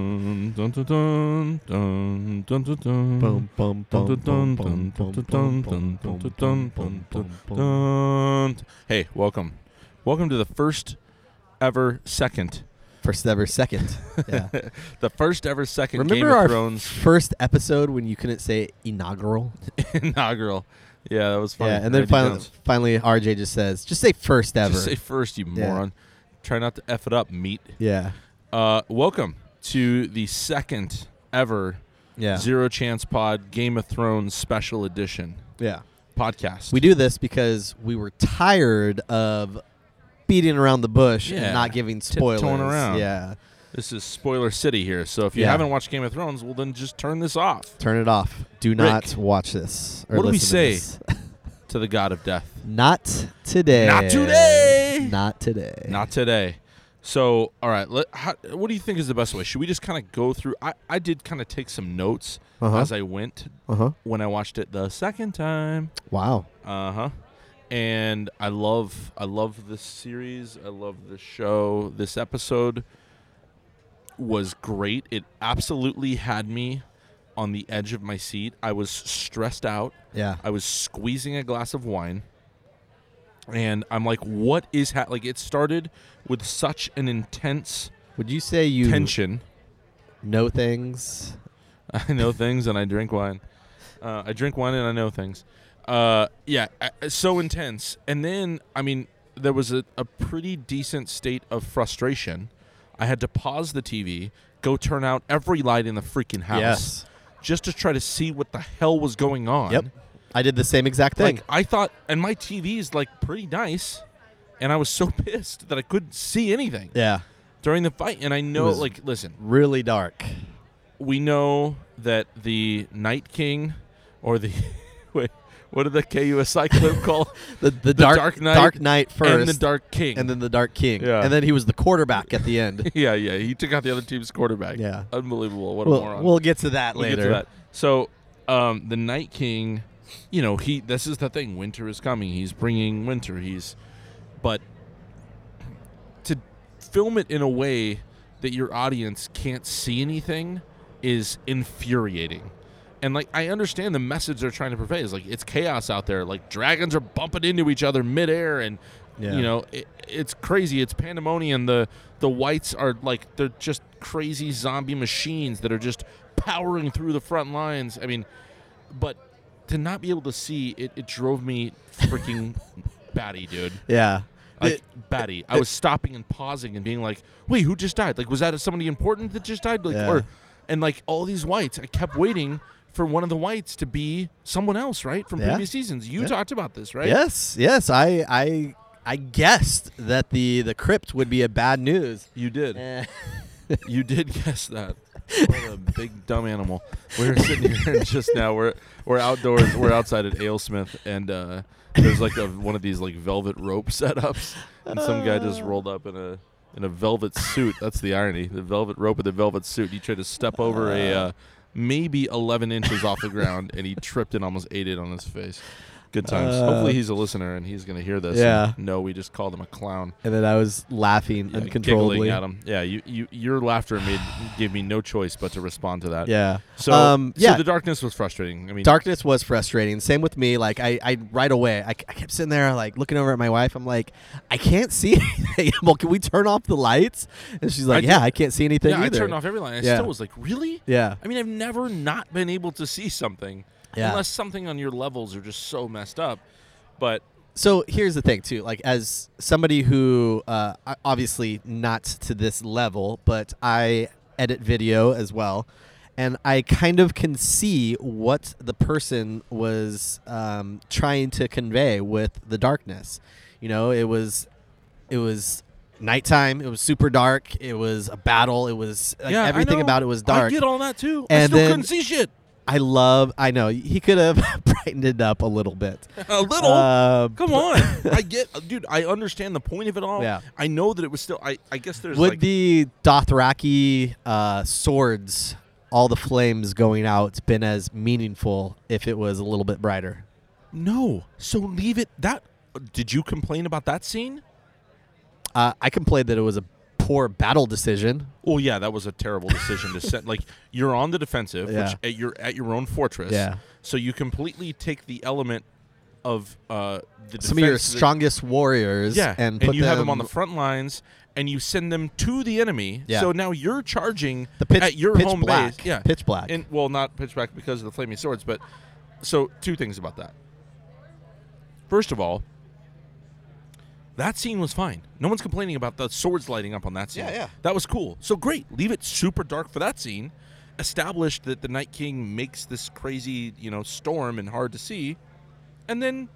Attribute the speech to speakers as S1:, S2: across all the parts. S1: Dun dun dun dun dun dun dun.
S2: Bum, bum, bum,
S1: Mm. Dun, dun, dun,
S2: bum, bum,
S1: dun, dun,
S2: bum, bum,
S1: dun, dun, dun,
S2: bum, bum,
S1: dun,
S2: bum,
S1: dun,
S2: bum, bum.
S1: Dun. Hey, welcome. Welcome to the first ever second.
S2: First ever second. Yeah.
S1: The first ever second Game
S2: Remember
S1: of
S2: our
S1: Thrones
S2: first episode when you couldn't say inaugural?
S1: inaugural. Yeah, that was fun.
S2: Yeah, and then
S1: Randy
S2: finally,
S1: Jones.
S2: finally RJ just says, just say first ever.
S1: Just say first, you
S2: Yeah.
S1: moron. Try not to F it up, meat.
S2: yeah.
S1: Uh, welcome to the second ever
S2: Yeah.
S1: Zero Chance Pod Game of Thrones Special Edition
S2: Yeah.
S1: podcast.
S2: We do this because we were tired of beating around the bush
S1: Yeah.
S2: and not giving
S1: Tiptoeing
S2: spoilers.
S1: around.
S2: Yeah.
S1: This is spoiler city here, so if you
S2: Yeah.
S1: haven't watched Game of Thrones, well then just turn this off.
S2: Turn it off. Do not watch this. Or
S1: what do we
S2: listen
S1: say?
S2: to this.
S1: To the God of Death.
S2: Not today.
S1: Not today.
S2: Not today.
S1: Not today. So, all right. Let, how, what do you think is the best way? Should we just kind of go through? I, I did kind of take some notes
S2: Uh-huh.
S1: as I went
S2: Uh-huh.
S1: when I watched it the second time.
S2: Wow.
S1: Uh huh. And I love I love this series. I love this show. This episode was great. It absolutely had me on the edge of my seat. I was stressed out.
S2: Yeah.
S1: I was squeezing a glass of wine, and I'm like, "What is ha-? like?" It started with such an intense
S2: Would you say you
S1: tension.
S2: know things?
S1: I know things, and I drink wine. Uh, I drink wine, and I know things. Uh, yeah, I- I- so intense. And then, I mean, there was a, a pretty decent state of frustration. I had to pause the TV, go turn out every light in the freaking house, just to try to see what the hell was going on.
S2: Yep. I did the same exact thing.
S1: Like I thought, and my TV is like pretty nice, and I was so pissed that I couldn't see anything
S2: yeah.
S1: during the fight. And I know,
S2: was-
S1: like, listen,
S2: Really dark.
S1: we know that the Night King, or the wait, what did the KUSI clip call?
S2: The, the, dark,
S1: Dark Knight
S2: Dark Knight first.
S1: and the Dark King.
S2: and then the Dark King.
S1: Yeah.
S2: And then he was the quarterback at the end.
S1: yeah, yeah, he took out the other team's quarterback.
S2: Yeah.
S1: unbelievable. What a
S2: we'll,
S1: moron.
S2: we'll get to that
S1: We'll
S2: later.
S1: get to that. So, um, the Night King, you know, he. This is the thing. Winter is coming. He's bringing winter. He's, but to film it in a way that your audience can't see anything is infuriating. And like, I understand the message they're trying to convey is like it's chaos out there. Like dragons are bumping into each other midair, and
S2: Yeah.
S1: you know, it, it's crazy. It's pandemonium. The the whites are like they're just crazy zombie machines that are just powering through the front lines. I mean, but to not be able to see it, it drove me freaking batty, dude.
S2: Yeah.
S1: Like,
S2: It-
S1: batty. I was stopping and pausing and being like, "Wait, who just died? Like, was that somebody important that just died? Like,
S2: Yeah.
S1: or and like all these whites, I kept waiting for one of the whites to be someone else, right? From
S2: Yeah.
S1: previous seasons, you
S2: Yeah.
S1: talked about this, right?
S2: Yes, yes. I I I guessed that the the crypt would be a bad news.
S1: you did.
S2: Eh.
S1: You did guess that. What a big dumb animal. We were sitting here just now. We're we're outdoors. We're outside at Alesmith, and uh, there's like a, one of these like velvet rope setups, and some guy just rolled up in a in a velvet suit. That's the irony. The velvet rope with the velvet suit. He tried to step over a uh, maybe 11 inches off the ground, and he tripped and almost ate it on his face. Good times.
S2: Uh,
S1: Hopefully he's a listener and he's gonna hear this.
S2: Yeah.
S1: No, we just called him a clown.
S2: and then I was laughing
S1: Yeah,
S2: uncontrollably.
S1: giggling at him. Yeah, you, you your laughter made gave me no choice but to respond to that.
S2: Yeah.
S1: So,
S2: um,
S1: so
S2: yeah.
S1: the darkness was frustrating. I mean,
S2: Darkness was frustrating. Same with me. Like I, I right away, I, I kept sitting there like looking over at my wife. I'm like, I can't see anything. well, can we turn off the lights? And she's like,
S1: I
S2: Yeah,
S1: did-
S2: I can't see anything
S1: yeah, I
S2: either.
S1: turned off every line. I
S2: Yeah.
S1: still was like, really?
S2: Yeah.
S1: I mean, I've never not been able to see something
S2: Yeah.
S1: unless something on your levels are just so messed up. But
S2: So here's the thing, too. Like, as somebody who, uh, I- obviously not to this level, but I edit video as well, and I kind of can see what the person was um, trying to convey with the darkness. You know, it was, it was nighttime. It was super dark. It was a battle. It was like
S1: yeah, I
S2: everything
S1: know.
S2: about it was dark.
S1: I get all that too. I
S2: And
S1: still
S2: then-
S1: couldn't see shit.
S2: I love. I know he could have brightened it up a little bit.
S1: A little.
S2: Uh,
S1: Come on. I get, dude. I understand the point of it all.
S2: Yeah.
S1: I know that it was still. I, I guess there's
S2: Would
S1: like
S2: the Dothraki uh, swords, all the flames going out, been as meaningful if it was a little bit brighter?
S1: no. So leave it. That did you complain about that scene?
S2: Uh, I complained that it was a poor battle decision.
S1: well, yeah, that was a terrible decision to send. Like you're on the defensive,
S2: Yeah.
S1: which at your at your own fortress.
S2: Yeah.
S1: So you completely take the element of uh, the
S2: Some of your
S1: defense that-
S2: strongest warriors.
S1: yeah,
S2: and, put
S1: you have them on the front lines, and you send them to the enemy.
S2: Yeah.
S1: So now you're charging
S2: The pitch-
S1: at your
S2: pitch
S1: home
S2: black.
S1: base. Yeah,
S2: Pitch black.
S1: And well, not pitch black because of the flaming swords, but so two things about that. First of all, that scene was fine. No one's complaining about the swords lighting up on that scene.
S2: Yeah, yeah.
S1: That was cool. So great. Leave it super dark for that scene. Establish that the Night King makes this crazy, you know, storm and hard to see, and then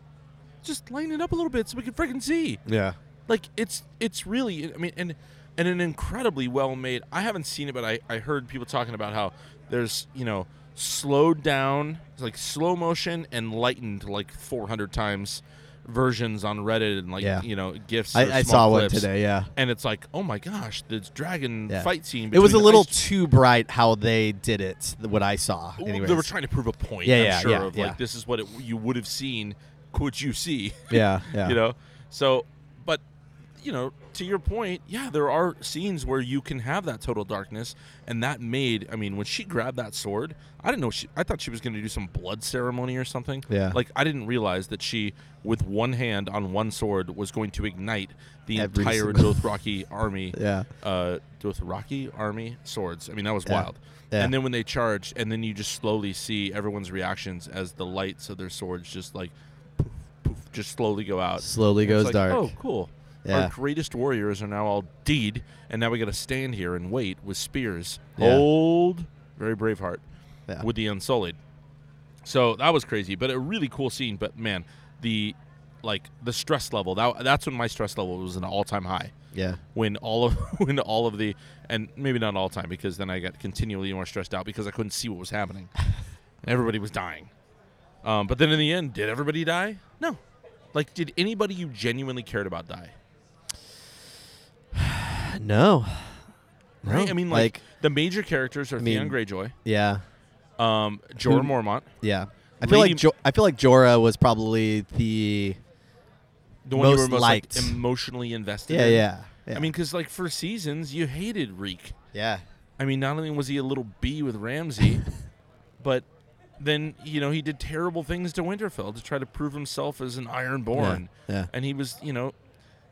S1: just lighten it up a little bit so we can freaking see
S2: yeah.
S1: like it's it's really i mean and and an incredibly well made i haven't seen it but i i heard people talking about how there's you know slowed down like slow motion and lightened like 400 times versions on reddit and like
S2: Yeah.
S1: you know gifs or
S2: I, I
S1: small
S2: saw one
S1: clips.
S2: today. Yeah.
S1: and it's like oh my gosh this dragon
S2: Yeah.
S1: fight scene
S2: It was a
S1: between the
S2: little
S1: ice-
S2: too bright how they did it. th- What I saw.
S1: Well,
S2: Anyways.
S1: they were trying to prove a point
S2: Yeah,
S1: I'm
S2: yeah,
S1: sure
S2: yeah,
S1: of
S2: yeah.
S1: like this is what it, you would have seen could you see
S2: yeah. Yeah.
S1: you know so but you know to your point yeah there are scenes where you can have that total darkness and that made i mean when she grabbed that sword i didn't know she i thought she was going to do some blood ceremony or something
S2: Yeah.
S1: like i didn't realize that she with one hand on one sword was going to ignite the
S2: Every
S1: entire
S2: single-
S1: dothraki army
S2: Yeah.
S1: uh, Dothraki army swords. I mean, that was
S2: Yeah.
S1: wild.
S2: Yeah.
S1: And then when they charged, and then you just slowly see everyone's reactions as the lights of their swords just like poof, poof, just slowly go out.
S2: Slowly
S1: And it's
S2: goes
S1: like,
S2: dark.
S1: Oh, cool.
S2: Yeah.
S1: Our greatest warriors are now all deed, and now we got to stand here and wait with spears.
S2: Yeah.
S1: Old, very Braveheart
S2: Yeah.
S1: with the Unsullied. So that was crazy, but a really cool scene. But man, the like the stress level that that's when my stress level was an all time high
S2: Yeah.
S1: when all of when all of the and maybe not all time because then I got continually more stressed out because I couldn't see what was happening. Everybody was dying. Um, but then in the end, did everybody die? No. Like, did anybody you genuinely cared about die?
S2: No.
S1: Right?
S2: No.
S1: I mean, like, the major characters are
S2: I mean-
S1: Theon Greyjoy,
S2: yeah.
S1: um, Jorah
S2: Who-
S1: Mormont,
S2: Yeah. I feel
S1: Lady-
S2: like jo- I feel like Jorah was probably the
S1: the one you
S2: Most
S1: were most like,
S2: liked.
S1: emotionally invested.
S2: yeah
S1: in.
S2: yeah, yeah.
S1: I mean, because like for seasons, you hated Reek.
S2: yeah
S1: I mean, not only was he a little bee with Ramsey, but then you know he did terrible things to Winterfell to try to prove himself as an Ironborn,
S2: yeah
S1: and he was you know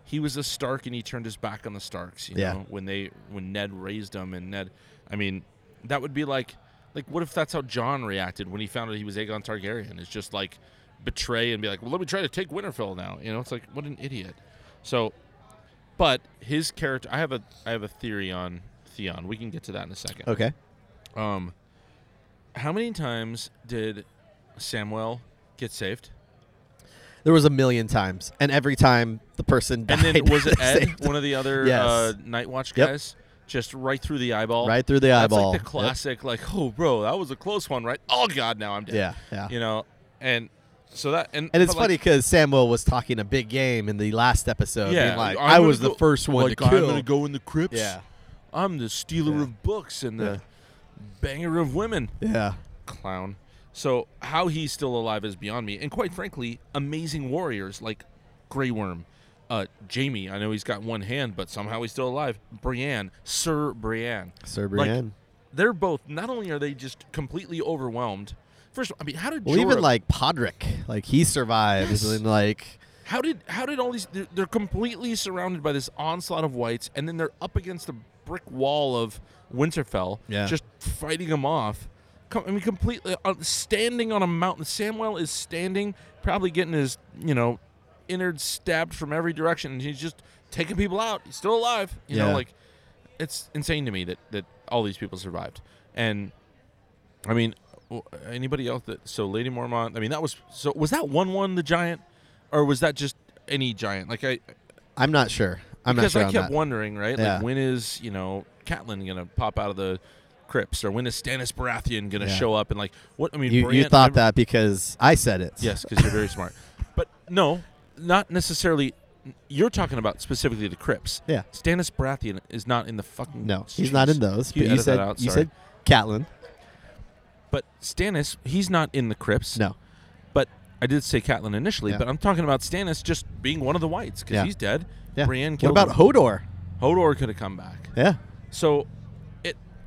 S1: he was a Stark and he turned his back on the Starks. You
S2: Yeah.
S1: know when they when Ned raised him and Ned, I mean that would be like like what if that's how John reacted when he found out he was Aegon Targaryen? It's just like betray and be like, well, let me try to take Winterfell now. You know, it's like what an idiot. So but his character, I have a, I have a theory on Theon. We can get to that in a second.
S2: okay
S1: Um, how many times did Samuel get saved?
S2: there was a million times and every time the person died
S1: And then was it
S2: they
S1: Ed,
S2: saved-
S1: one of the other
S2: Yes.
S1: uh, Night Watch
S2: Yep.
S1: guys, just right through the eyeball?
S2: right through the
S1: That's
S2: eyeball
S1: like the classic, like, oh, bro, that was a close one, right? Oh God, now I'm dead.
S2: Yep. yeah yeah,
S1: You know, and so that and
S2: and it's
S1: but, like,
S2: funny because Samuel was talking a big game in the last episode
S1: Yeah,
S2: being like
S1: I'm
S2: I
S1: gonna
S2: was the
S1: go-
S2: first one
S1: like
S2: to
S1: I'm
S2: kill
S1: gonna go in the crypts.
S2: yeah
S1: I'm the stealer
S2: Yeah.
S1: of books and the
S2: Yeah.
S1: banger of women.
S2: yeah
S1: clown. So how he's still alive is beyond me. And quite frankly, amazing warriors like Grey Worm, uh, Jamie. I know he's got one hand, but somehow he's still alive. Brienne, Sir Brienne.
S2: Sir
S1: Like,
S2: Brienne
S1: They're both. Not only are they just completely overwhelmed. First, of all, I mean, how did
S2: well even
S1: Jorah-
S2: like Podrick like he survives
S1: Yes.
S2: and like
S1: how did how did all these they're, they're completely surrounded by this onslaught of whites, and then they're up against the brick wall of Winterfell,
S2: Yeah.
S1: just fighting them off. Com- I mean, completely uh, standing on a mountain. Samwell is standing, probably getting his you know innards stabbed from every direction, and he's just taking people out. He's still alive. You
S2: Yeah.
S1: know, like it's insane to me that that all these people survived. And I mean, w- anybody else that so Lady Mormont? I mean, that was so was that one one the giant, or was that just any giant? Like I
S2: I'm not sure I'm not
S1: because
S2: sure
S1: I
S2: on
S1: kept
S2: that.
S1: wondering, right?
S2: Yeah.
S1: Like when is you know Catelyn gonna pop out of the crypts, or when is Stannis Baratheon gonna
S2: Yeah.
S1: show up? And like what I mean,
S2: you, you
S1: Bran-
S2: thought
S1: remember-
S2: that because I said it
S1: yes, because you're very smart, but no, not necessarily. You're talking about specifically the crypts.
S2: yeah
S1: Stannis Baratheon is not in the fucking.
S2: No, he's not
S1: Jeez.
S2: in those.
S1: You
S2: But you,
S1: edit that
S2: said
S1: out,
S2: you
S1: sorry.
S2: said Catlin.
S1: But Stannis, he's not in the crypts.
S2: No,
S1: But I did say Catelyn initially,
S2: Yeah.
S1: but I'm talking about Stannis just being one of the whites because
S2: Yeah.
S1: he's dead.
S2: yeah.
S1: Brienne
S2: what
S1: killed
S2: about
S1: him.
S2: Hodor?
S1: Hodor could have come back.
S2: Yeah,
S1: So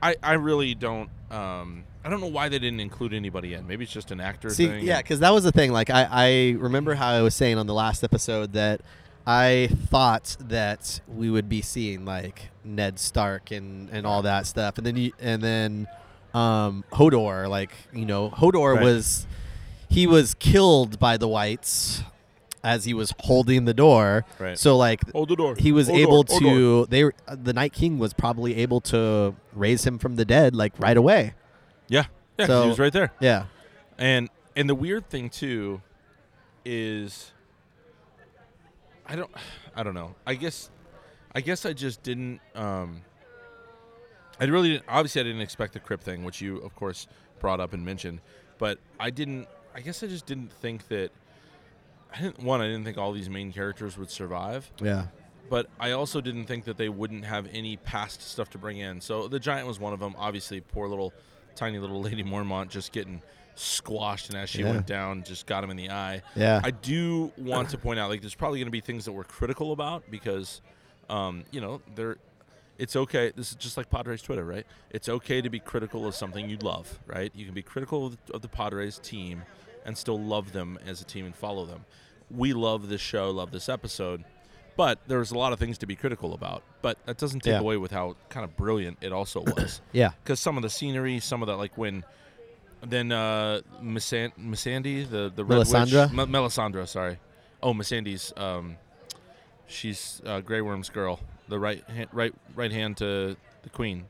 S1: I, I really don't. Um, I don't know why they didn't include anybody in. Maybe it's just an actor
S2: See,
S1: thing.
S2: yeah,
S1: and-
S2: because that was the thing. Like, I, I remember how I was saying on the last episode that I thought that we would be seeing like Ned Stark and, and all that stuff, and then you, and then um, Hodor. Like, you know, Hodor
S1: Right.
S2: was he was killed by the whites as he was holding the door.
S1: Right.
S2: So like.
S1: Hold the door.
S2: He was
S1: Hold the
S2: able
S1: door. Hold the door.
S2: to. They were- the Night King was probably able to raise him from the dead like right away.
S1: Yeah. Yeah. 'cause
S2: So-
S1: he was right there.
S2: Yeah.
S1: And and the weird thing too is I don't I don't know. I guess I guess I just didn't um I really didn't, obviously I didn't expect the crypt thing which you of course brought up and mentioned, but I didn't I guess I just didn't think that I didn't one I didn't think all these main characters would survive
S2: Yeah.
S1: but I also didn't think that they wouldn't have any past stuff to bring in. So the giant was one of them. Obviously, poor little tiny little Lady Mormont just getting squashed, and as she
S2: Yeah.
S1: went down, just got him in the eye.
S2: Yeah.
S1: I do want to point out, like, there's probably going to be things that we're critical about because, um, you know, there. It's okay. This is just like Padres Twitter, right? It's okay to be critical of something you love, right? You can be critical of the, of the Padres team and still love them as a team and follow them. We love this show, love this episode, but there's a lot of things to be critical about. But that doesn't take
S2: Yeah.
S1: away with how kind of brilliant it also was
S2: yeah.
S1: because some of the scenery, some of the like when, then uh, Missan- Missandei, the the Red
S2: Melisandre?
S1: Witch, M- Melisandre, sorry, oh Missandei's, um, she's uh, Grey Worm's girl, the right hand, right right hand to the Queen,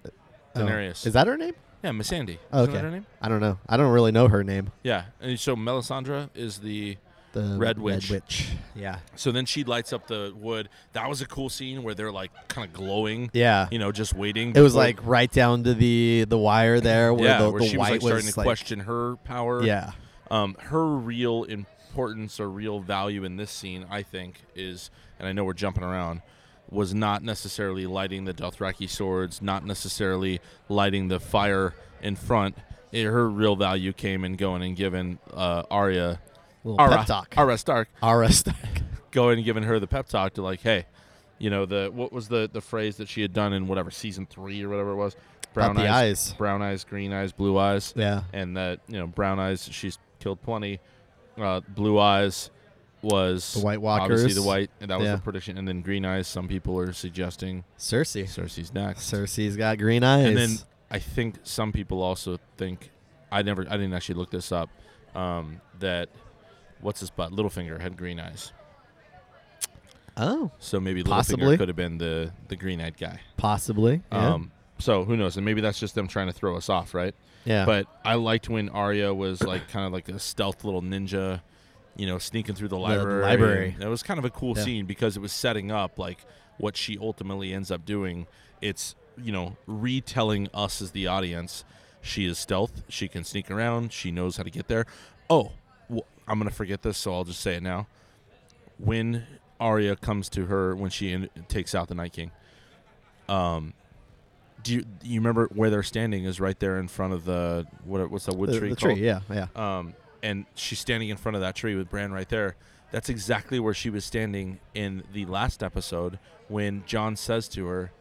S2: Oh.
S1: Daenerys.
S2: Is that her name?
S1: yeah, Missandei.
S2: Oh,
S1: Isn't
S2: okay.
S1: that her name?
S2: I don't know. I don't really know her name.
S1: Yeah, and so Melisandre is the
S2: The
S1: Red Witch.
S2: Yeah.
S1: so then she lights up the wood. That was a cool scene where they're like kind of glowing,
S2: Yeah.
S1: you know, just waiting.
S2: It was
S1: before-
S2: like right down to the the wire there where
S1: yeah,
S2: the,
S1: where
S2: the
S1: she was
S2: white
S1: like starting to
S2: like-
S1: question her power.
S2: Yeah.
S1: um, her real importance or real value in this scene, I think, is, and I know we're jumping around, was not necessarily lighting the Dothraki swords, not necessarily lighting the fire in front. It, her real value came in going and giving uh, Arya,
S2: Little
S1: Ara,
S2: pep talk.
S1: Arya Stark,
S2: Ara Stark.
S1: going and giving her the pep talk to like, hey, you know the what was the the phrase that she had done in whatever season three or whatever it was,
S2: About
S1: brown
S2: the
S1: eyes,
S2: eyes.
S1: brown eyes, green eyes, blue eyes
S2: Yeah.
S1: and that you know brown eyes she's killed plenty uh, blue eyes was
S2: The White
S1: obviously
S2: Walkers.
S1: the white and that was
S2: Yeah.
S1: the prediction and then green eyes some people are suggesting
S2: Cersei.
S1: cersei's next
S2: Cersei's got green eyes.
S1: and then i think some people also think i never i didn't actually look this up um, that what's his butt littlefinger had green eyes
S2: oh,
S1: so maybe
S2: Possibly.
S1: littlefinger could have been the the green-eyed guy
S2: possibly. Yeah.
S1: um, so who knows and maybe that's just them trying to throw us off right
S2: yeah.
S1: But I liked when Arya was like kind of like a stealth little ninja, you know, sneaking through the library.
S2: library.
S1: And It was kind of a cool
S2: Yeah.
S1: scene because it was setting up like what she ultimately ends up doing. It's, you know, retelling us as the audience. She is stealth. She can sneak around. She knows how to get there. Oh, wh- I'm going to forget this, so I'll just say it now. When Arya comes to her, when she in- takes out the Night King, um, do you, you remember where they're standing is right there in front of the what what's that wood
S2: the,
S1: tree
S2: the
S1: called?
S2: tree. Yeah. Yeah.
S1: Um, and she's standing in front of that tree with Bran right there. That's exactly where she was standing in the last episode when John says to her,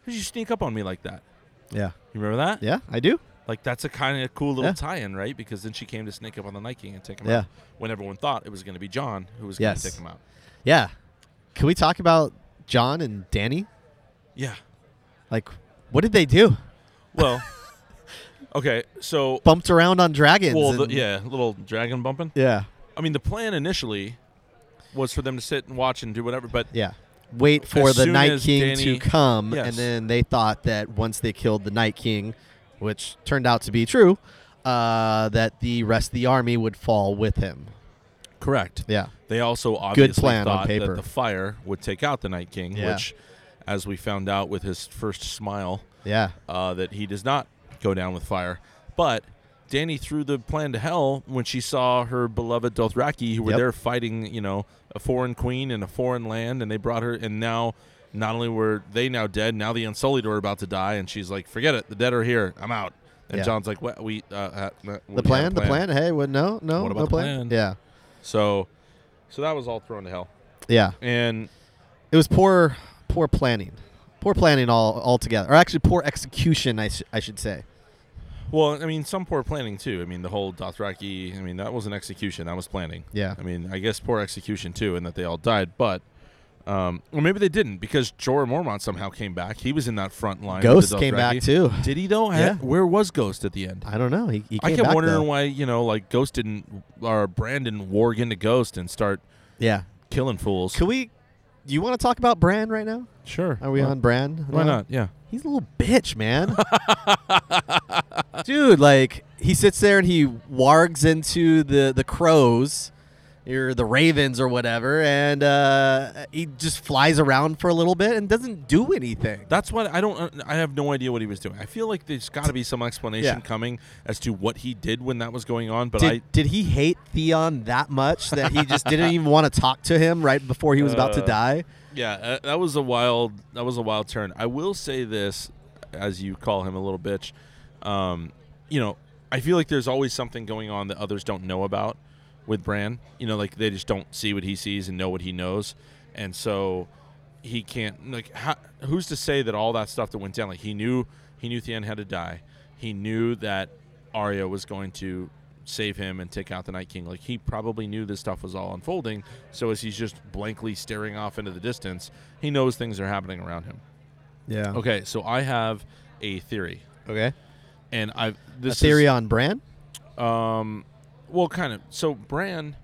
S1: "How did you sneak up on me like that?"
S2: Yeah.
S1: You remember that?
S2: Yeah. I do.
S1: Like that's a kind of cool little
S2: Yeah.
S1: tie-in, right? Because then she came to sneak up on the Night King and take him
S2: Yeah.
S1: out when everyone thought it was going to be John who was
S2: Yes.
S1: going to take him out.
S2: Yeah. Can we talk about John and Danny?
S1: Yeah.
S2: Like, what did they do?
S1: Well. okay. So.
S2: Bumped around on dragons.
S1: Well, the,
S2: and-
S1: yeah, little dragon bumping.
S2: Yeah.
S1: I mean, the plan initially was for them to sit and watch and do whatever, but
S2: Yeah. Wait for
S1: As
S2: the
S1: soon
S2: Night
S1: as
S2: King
S1: Danny-
S2: to come,
S1: Yes.
S2: and then they thought that once they killed the Night King, which turned out to be true, uh, that the rest of the army would fall with him.
S1: correct.
S2: Yeah.
S1: They also obviously
S2: plan on
S1: thought
S2: paper.
S1: that the fire would take out the Night King,
S2: Yeah.
S1: which, as we found out with his first smile,
S2: Yeah.
S1: uh, that he does not go down with fire. But Danny threw the plan to hell when she saw her beloved Dothraki, who were
S2: Yep.
S1: there fighting, you know, a foreign queen in a foreign land, and they brought her. And now, not only were they now dead, now the Unsullied were about to die, and she's like, "Forget it, the dead are here. I'm out." And
S2: Yeah.
S1: John's like, "What? We uh, uh, we had
S2: The
S1: a
S2: plan, the plan. Hey, what? No, no,
S1: What about
S2: no
S1: the
S2: plan.
S1: plan?
S2: Yeah.
S1: So, so that was all thrown to hell,
S2: Yeah.
S1: and
S2: It was poor, poor planning. Poor planning all altogether, or actually poor execution, I, sh- I should say.
S1: Well, I mean, some poor planning too. I mean, the whole Dothraki. I mean, that was an execution. That was planning.
S2: Yeah.
S1: I mean, I guess poor execution too, in that they all died. But, um, or maybe they didn't because Jorah Mormont somehow came back. He was in that front line. with the
S2: Ghost came back
S1: Dothraki.
S2: too.
S1: Did he though?
S2: Yeah.
S1: Where was Ghost at the end?
S2: I don't know. He, he
S1: I
S2: came
S1: kept
S2: back,
S1: wondering
S2: though.
S1: why you know, like Ghost didn't or Brandon warg into Ghost and start
S2: Yeah.
S1: killing fools.
S2: Can we? Do you want to talk about Bran right now?
S1: Sure.
S2: Are we
S1: Why-
S2: on Bran?
S1: Why
S2: now?
S1: not? Yeah.
S2: He's a little bitch, man. Dude, like he sits there and he wargs into the the crows or the ravens or whatever, and uh, he just flies around for a little bit and doesn't do anything.
S1: That's what I don't. I have no idea what he was doing. I feel like there's got to be some explanation
S2: Yeah.
S1: coming as to what he did when that was going on. But
S2: did,
S1: I
S2: did he hate Theon that much that he just didn't even want to talk to him right before he was about to
S1: Uh,
S2: die?
S1: Yeah, uh, that was a wild. That was a wild turn. I will say this, as you call him a little bitch. Um, you know, I feel like there's always something going on that others don't know about with Bran. You know, like they just don't see what he sees and know what he knows, and so he can't. Like, how, who's to say that all that stuff that went down? Like he knew he knew Theon had to die. He knew that Arya was going to save him and take out the Night King. Like he probably knew this stuff was all unfolding. So as he's just blankly staring off into the distance, he knows things are happening around him.
S2: Yeah. Okay.
S1: Okay, so I have a theory, and I've
S2: A
S1: this
S2: theory on Bran?
S1: Is, um, well, kind of. So Bran.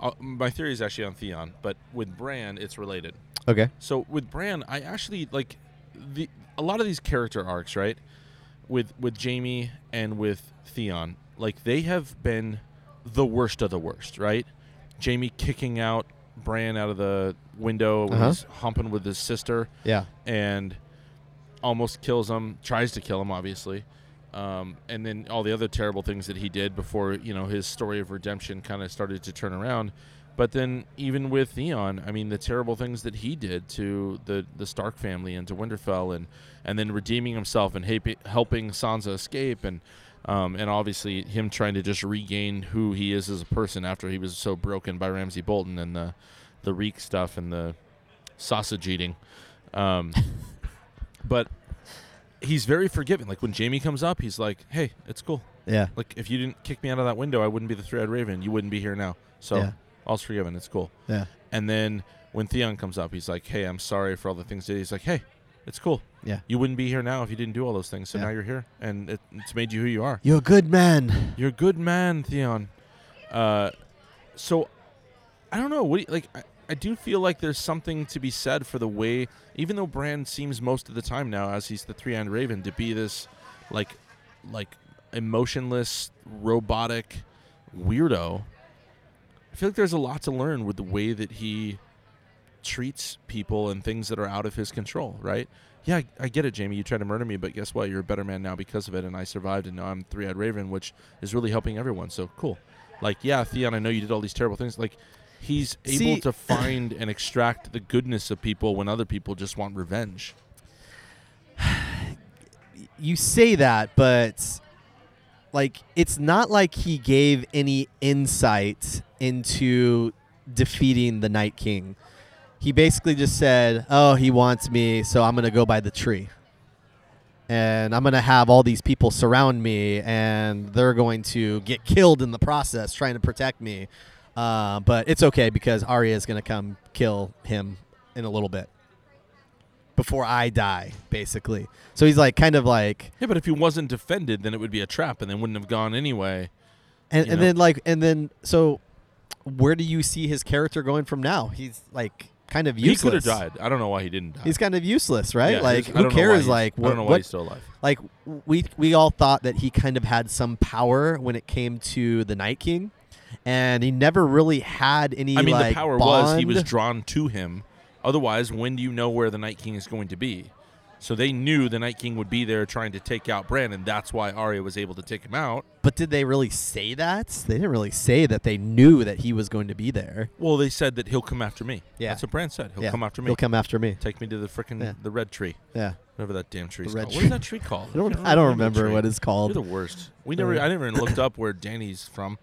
S1: Uh, my theory is actually on Theon, but with Bran, it's related.
S2: Okay.
S1: So with Bran, I actually like the a lot of these character arcs, right? With with Jamie and with Theon, like they have been the worst of the worst, right? Jamie kicking out Bran out of the window when
S2: Uh-huh.
S1: he's humping with his sister
S2: Yeah.
S1: and almost kills him, tries to kill him, obviously. Um, and then all the other terrible things that he did before, you know, his story of redemption kind of started to turn around. But then, even with Theon, I mean, the terrible things that he did to the, the Stark family and to Winterfell, and, and then redeeming himself and hapi- helping Sansa escape, and um, and obviously him trying to just regain who he is as a person after he was so broken by Ramsey Bolton and the the reek stuff and the sausage eating. Um, but he's very forgiving. Like when Jamie comes up, he's like, "Hey, it's cool.
S2: Yeah.
S1: Like if you didn't kick me out of that window, I wouldn't be the three-eyed raven. You wouldn't be here now. So
S2: Yeah.
S1: all's forgiven. It's cool."
S2: Yeah.
S1: And then when Theon comes up, he's like, "Hey, I'm sorry for all the things that he's like, "Hey, it's cool.
S2: Yeah.
S1: You wouldn't be here now if you didn't do all those things. So
S2: Yeah.
S1: now you're here, and it, it's made you who you are.
S2: You're a good man.
S1: You're a good man, Theon." Uh, so I don't know. What do you, like I, I do feel like there's something to be said for the way, even though Brand seems most of the time now, as he's the three-eyed raven, to be this like like emotionless, robotic weirdo. I feel like there's a lot to learn with the way that he treats people and things that are out of his control, right? Yeah, I, I get it, Jamie. You tried to murder me, but guess what? You're a better man now because of it, and I survived, and now I'm three-eyed raven, which is really helping everyone. So cool. Like, yeah, Theon, I know you did all these terrible things. Like, he's
S2: See-
S1: able to find and extract the goodness of people when other people just want revenge.
S2: you say that, but like it's not like he gave any insight into defeating the Night King. He basically just said, "Oh, he wants me, so I'm going to go by the tree." And I'm going to have all these people surround me and they're going to get killed in the process trying to protect me. Uh, but it's okay because Arya is going to come kill him in a little bit before I die, basically. So he's like, kind of like,
S1: Yeah, but if he wasn't defended, then it would be a trap, and they wouldn't have gone anyway.
S2: and,
S1: you
S2: and
S1: know?
S2: then like and then so where do you see his character going from now he's like kind of useless
S1: He could have died. I don't know why he didn't die.
S2: he's kind of useless right
S1: Yeah,
S2: like
S1: he's- I
S2: who
S1: don't know why
S2: cares
S1: he's-
S2: like
S1: I don't
S2: what,
S1: know why
S2: what
S1: he's still alive.
S2: like we we all thought that he kind of had some power when it came to the night king and he never really had any
S1: I mean,
S2: like
S1: the power
S2: bond.
S1: was he was drawn to him. Otherwise, when do you know where the Night King is going to be? So they knew the Night King would be there trying to take out Bran, and that's why Arya was able to take him out.
S2: but did they really say that they didn't really say that they knew that he was going to be there
S1: Well, they said that he'll come after me.
S2: Yeah.
S1: that's what Bran said. He'll
S2: Yeah,
S1: come after me.
S2: he'll come after me
S1: Take me to the frickin'
S2: Yeah.
S1: the red tree,
S2: yeah
S1: whatever that damn tree's
S2: red
S1: called.
S2: tree.
S1: What is that tree called?
S2: i don't,
S1: can't
S2: I don't remember
S1: the tree.
S2: what it's called
S1: You're the worst. We never.
S2: Uh,
S1: I never even looked up where Danny's from.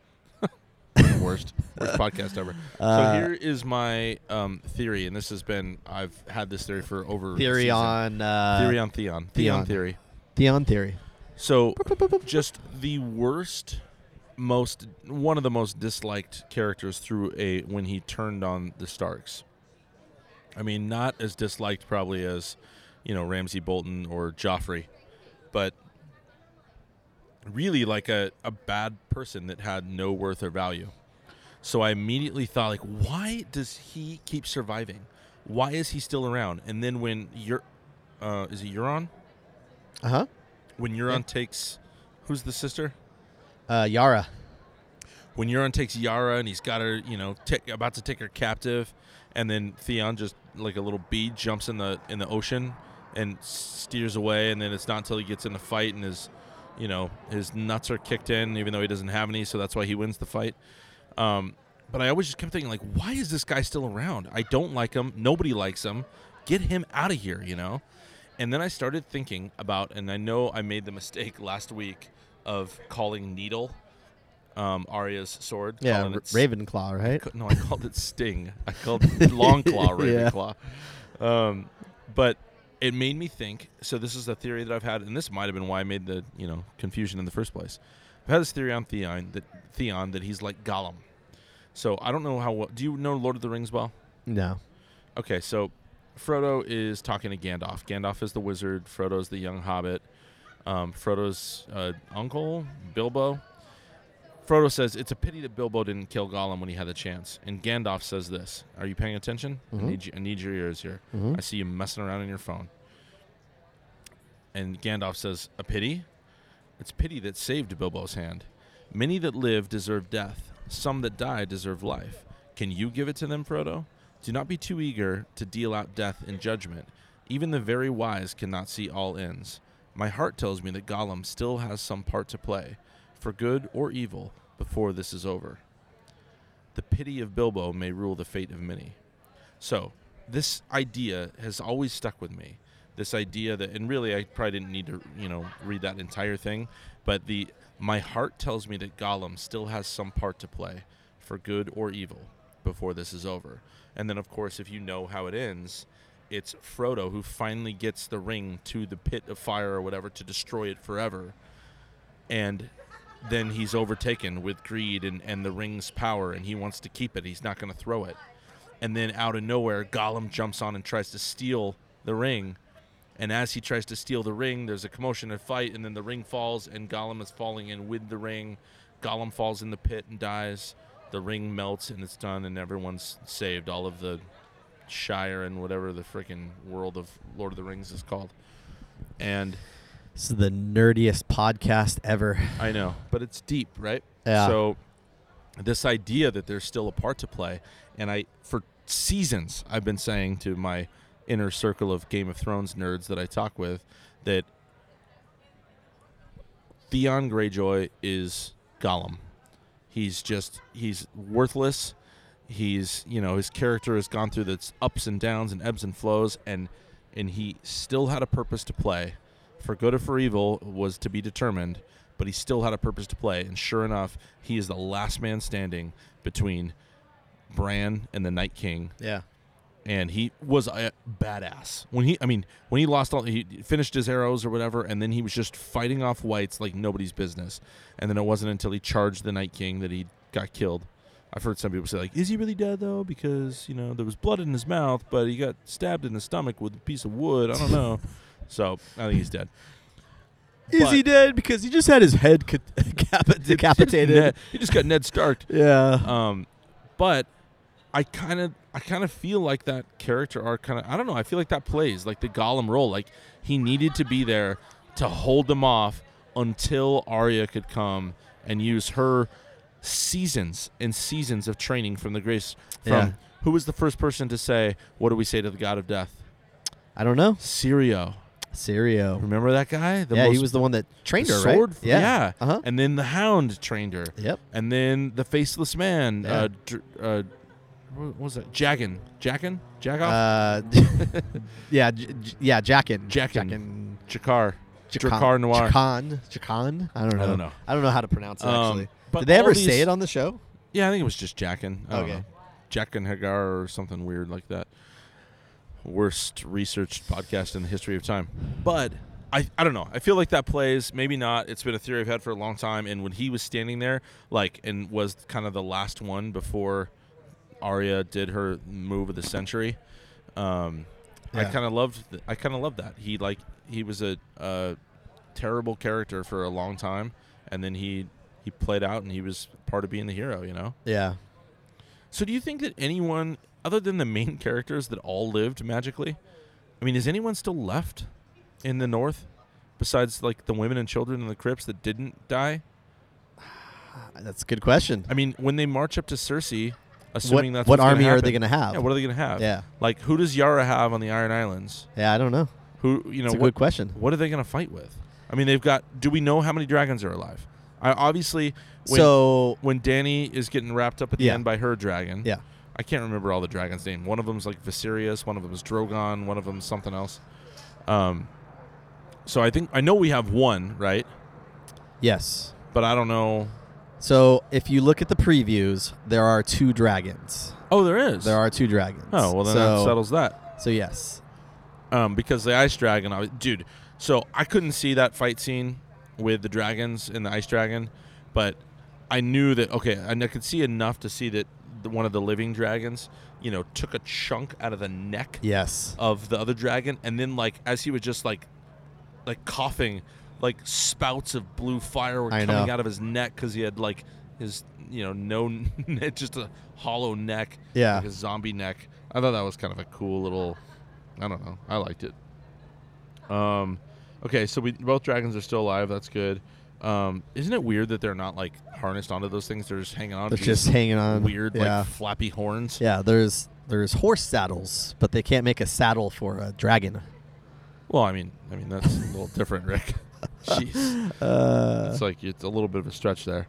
S1: worst, worst podcast ever.
S2: Uh,
S1: so here is my um, theory, and this has been I've had this theory for over a
S2: Theory
S1: season.
S2: on uh,
S1: theory on Theon Theon
S2: Theon.
S1: theory.
S2: Theon theory.
S1: So just the worst, most one of the most disliked characters through a when he turned on the Starks. I mean, not as disliked probably as you know Ramsey Bolton or Joffrey, but really like a, a bad person that had no worth or value. So I immediately thought, like, why does he keep surviving? Why is he still around? And then when you're, uh, is it Euron?
S2: Uh huh.
S1: When Euron takes, who's the sister?
S2: Uh, Yara.
S1: When Euron takes Yara and he's got her, you know, ta- about to take her captive, and then Theon just like a little bee jumps in the in the ocean and steers away, and then it's not until he gets in the fight and his, you know, his nuts are kicked in, even though he doesn't have any, so that's why he wins the fight. Um, but I always just kept thinking like, why is this guy still around? I don't like him. Nobody likes him. Get him out of here, you know. And then I started thinking about, and I know I made the mistake last week of calling Needle um, Arya's sword.
S2: Yeah,
S1: calling
S2: R-
S1: it s-
S2: Ravenclaw, right?
S1: ca- no, I called it Sting. I called it Long Claw
S2: Yeah.
S1: Ravenclaw. Um, but it made me think. So this is a theory that I've had, and this might have been why I made the you know confusion in the first place. I've had this theory on Theon that Theon that he's like Gollum. So I don't know how well. Do you know Lord of the Rings well?
S2: No.
S1: Okay, so Frodo is talking to Gandalf. Gandalf is the wizard. Frodo's the young hobbit. Um, Frodo's uh, uncle, Bilbo. Frodo says, It's a pity that Bilbo didn't kill Gollum when he had the chance. And Gandalf says this Are you paying attention? I,
S2: Mhm.
S1: need you, I need your ears here.
S2: Mhm.
S1: I see you messing around on your phone. And Gandalf says, A pity? It's pity that saved Bilbo's hand. Many that live deserve death. Some that die deserve life. Can you give it to them, Frodo? Do not be too eager to deal out death in judgment. Even the very wise cannot see all ends. My heart tells me that Gollum still has some part to play, for good or evil, before this is over. The pity of Bilbo may rule the fate of many. So, this idea has always stuck with me. This idea that, and really, I probably didn't need to, you know, read that entire thing, but the my heart tells me that Gollum still has some part to play, for good or evil, before this is over. And then, of course, if you know how it ends, it's Frodo who finally gets the ring to the pit of fire or whatever to destroy it forever. And then he's overtaken with greed and, and the ring's power, and he wants to keep it. He's not going to throw it. And then out of nowhere, Gollum jumps on and tries to steal the ring. And as he tries to steal the ring, there's a commotion, a fight, and then the ring falls, and Gollum is falling in with the ring. Gollum falls in the pit and dies. The ring melts, and it's done, and everyone's saved. All of the Shire and whatever the freaking world of Lord of the Rings is called. And
S2: This is the nerdiest podcast ever.
S1: I know, but it's deep, right?
S2: Yeah.
S1: So this idea that there's still a part to play, and I for seasons I've been saying to my inner circle of Game of Thrones nerds that I talk with that Theon Greyjoy is Gollum. He's just he's worthless. He's you know his character has gone through its ups and downs and ebbs and flows, and and he still had a purpose to play, for good or for evil was to be determined. But he still had a purpose to play, and sure enough, he is the last man standing between Bran and the Night King,
S2: Yeah.
S1: and he was a badass when he i mean when he lost all he finished his arrows or whatever and then he was just fighting off whites like nobody's business and then it wasn't until he charged the night king that he got killed i've heard some people say like is he really dead though because you know there was blood in his mouth but he got stabbed in the stomach with a piece of wood i don't know so i think he's dead
S2: Is he
S1: But-
S2: dead? Because he just had his head ca- decapit- decapitated.
S1: Ned- he just got ned starked
S2: yeah.
S1: Um, but I kind of, I kind of feel like that character arc kind of, I don't know. I feel like that plays like the Gollum role. Like he needed to be there to hold them off until Arya could come and use her seasons and seasons of training from the grace from
S2: Yeah.
S1: who was the first person to say, "What do we say to the God of Death?"
S2: I don't know.
S1: Sirio.
S2: Sirio.
S1: Remember that guy? The
S2: Yeah, he
S1: most-
S2: was the one that trained
S1: the
S2: her,
S1: sword.
S2: right?
S1: Yeah.
S2: Uh huh.
S1: And then the Hound trained her
S2: Yep.
S1: and then the faceless man.
S2: Yeah.
S1: Uh, dr- uh, what was that? Jaggin, Jackin, Jackoff,
S2: Uh, yeah. J- j- yeah. Jackin.
S1: Jackin.
S2: Jackin.
S1: Jakar.
S2: Jacan-
S1: Drakkar Noir.
S2: Jacan. Jacan. I don't know.
S1: I don't know.
S2: I don't know how to pronounce it.
S1: Um,
S2: Actually,
S1: but
S2: did they
S1: all
S2: ever
S1: these-
S2: say it on the show?
S1: Yeah, I think it was just Jackin. I don't
S2: Okay.
S1: know. Jackin Hagar or something weird like that. Worst researched podcast in the history of time. But I, I don't know. I feel like that plays, maybe not. It's been a theory I've had for a long time. And when he was standing there, like, and was kind of the last one before Arya did her move of the century, um, I
S2: Yeah.
S1: kind of loved. Th- I kind of loved that he like he was a, a terrible character for a long time, and then he he played out and he was part of being the hero. You know.
S2: Yeah.
S1: So do you think that anyone other than the main characters that all lived magically? I mean, is anyone still left in the north besides like the women and children in the crypts that didn't die?
S2: That's a good question.
S1: I mean, when they march up to Cersei, assuming
S2: what
S1: that's what's
S2: what
S1: gonna
S2: army are they
S1: happen-
S2: going to have?
S1: Yeah, what are they going to have?
S2: yeah.
S1: Like who does Yara have on the Iron Islands?
S2: Yeah, I don't know.
S1: Who, you know,
S2: It's a
S1: what
S2: good question.
S1: what are they going to fight with? I mean, they've got. Do we know how many dragons are alive? I obviously when,
S2: so
S1: when Danny is getting wrapped up at the
S2: Yeah.
S1: end by her dragon.
S2: Yeah.
S1: I can't remember all the dragons' name. One of them's like Viserys. One of them's Drogon. One of them's something else. Um, so I think I know we have one right,
S2: yes.
S1: but I don't know.
S2: So if you look at the previews, there are two dragons.
S1: Oh, there is.
S2: There are two dragons.
S1: Oh well, then
S2: so,
S1: that settles that.
S2: So yes.
S1: Um, because the ice dragon, I, dude. So I couldn't see that fight scene with the dragons and the ice dragon, but I knew that okay, and I could see enough to see that the, one of the living dragons, you know, took a chunk out of the neck
S2: Yes.
S1: of the other dragon and then like as he was just like like coughing like spouts of blue fire were
S2: I
S1: coming
S2: know.
S1: out of his neck because he had like his you know no just a hollow neck
S2: Yeah.
S1: like a zombie neck i thought that was kind of a cool little i don't know i liked it um okay so we both dragons are still alive that's good um isn't it weird that they're not like harnessed onto those things they're just hanging on
S2: They're
S1: to these
S2: just hanging on.
S1: weird
S2: Yeah.
S1: like flappy horns
S2: yeah. There's there's horse saddles, but they can't make a saddle for a dragon.
S1: Well, I mean, I mean that's a little different, Rick. Jeez,
S2: Uh,
S1: it's like it's a little bit of a stretch there.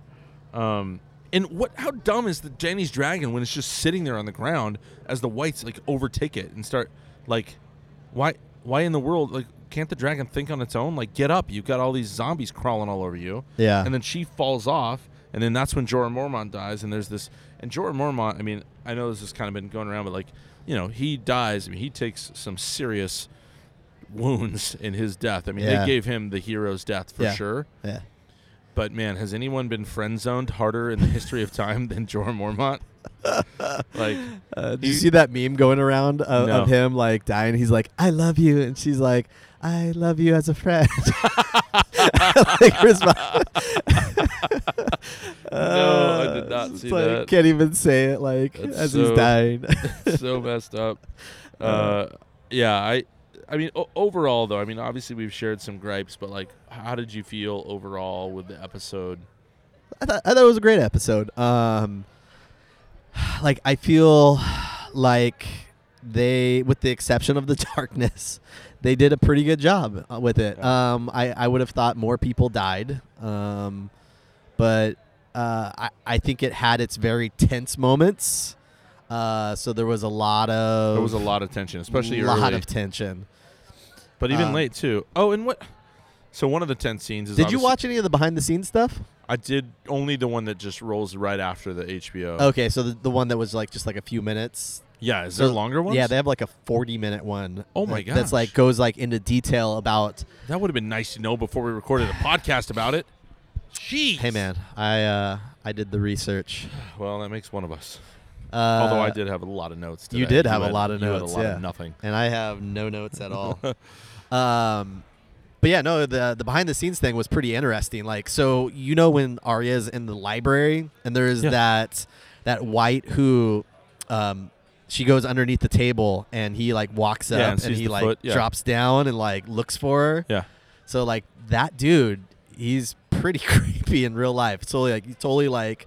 S1: Um, and what? How dumb is the Danny's dragon when it's just sitting there on the ground as the whites like overtake it and start like, why? Why in the world like can't the dragon think on its own? Like, get up! You've got all these zombies crawling all over you.
S2: yeah.
S1: And then she falls off, and then that's when Jorah Mormont dies. And there's this, and Jorah Mormont. I mean, I know this has kind of been going around, but like, you know, he dies. I mean, he takes some serious wounds in his death. I mean,
S2: Yeah.
S1: they gave him the hero's death for
S2: Yeah.
S1: sure.
S2: yeah.
S1: But man, has anyone been friend zoned harder in the history of time than Jorah Mormont? like,
S2: Uh, do you
S1: He-
S2: see that meme going around of,
S1: No.
S2: of him like dying? He's like, "I love you," and she's like, "I love you as a friend." like, respond.
S1: No, I did
S2: Uh,
S1: not
S2: it's
S1: see
S2: like,
S1: that.
S2: Can't even say it like
S1: That's
S2: as
S1: so-
S2: he's dying.
S1: so messed up. Uh, yeah, I, I mean, o- overall though, I mean, obviously we've shared some gripes, but like, how did you feel overall with the episode?
S2: I thought, I thought it was a great episode. Um, like I feel like they, with the exception of the darkness, they did a pretty good job uh, with it. Um, I I would have thought more people died, um, but uh, I I think it had its very tense moments. Uh, so there was a lot of
S1: There was a lot of tension, especially
S2: lot
S1: early,
S2: of tension.
S1: but even
S2: um,
S1: late too. Oh, and what? So one of the tense scenes is.
S2: Did you
S1: obviously-
S2: watch any of the behind the scenes stuff?
S1: I did only the one that just rolls right after the HBO.
S2: Okay, so the, the one that was like just like a few minutes
S1: yeah, is there
S2: Oh, so-
S1: longer ones?
S2: Yeah, they have like a forty-minute one.
S1: Oh my
S2: that- That's
S1: gosh.
S2: like goes like into detail about.
S1: that would have been nice to know before we recorded a podcast about it. Jeez.
S2: Hey man, I uh, I did the research.
S1: Well, that makes one of us.
S2: Uh,
S1: Although I did have a lot of notes. Today.
S2: you did have a
S1: had-
S2: lot of
S1: you had
S2: notes,
S1: a lot
S2: yeah.
S1: of nothing.
S2: and I have no notes at all. um, but yeah, no, the the behind the scenes thing was pretty interesting. Like, so you know when Arya's in the library and there's
S1: Yeah.
S2: that that white who, um, she goes underneath the table and he like walks
S1: Yeah, and
S2: up and,
S1: sees
S2: he
S1: the
S2: like
S1: foot, yeah.
S2: drops down and like looks for her.
S1: Yeah.
S2: So like that dude, he's pretty creepy in real life. Totally like he's totally like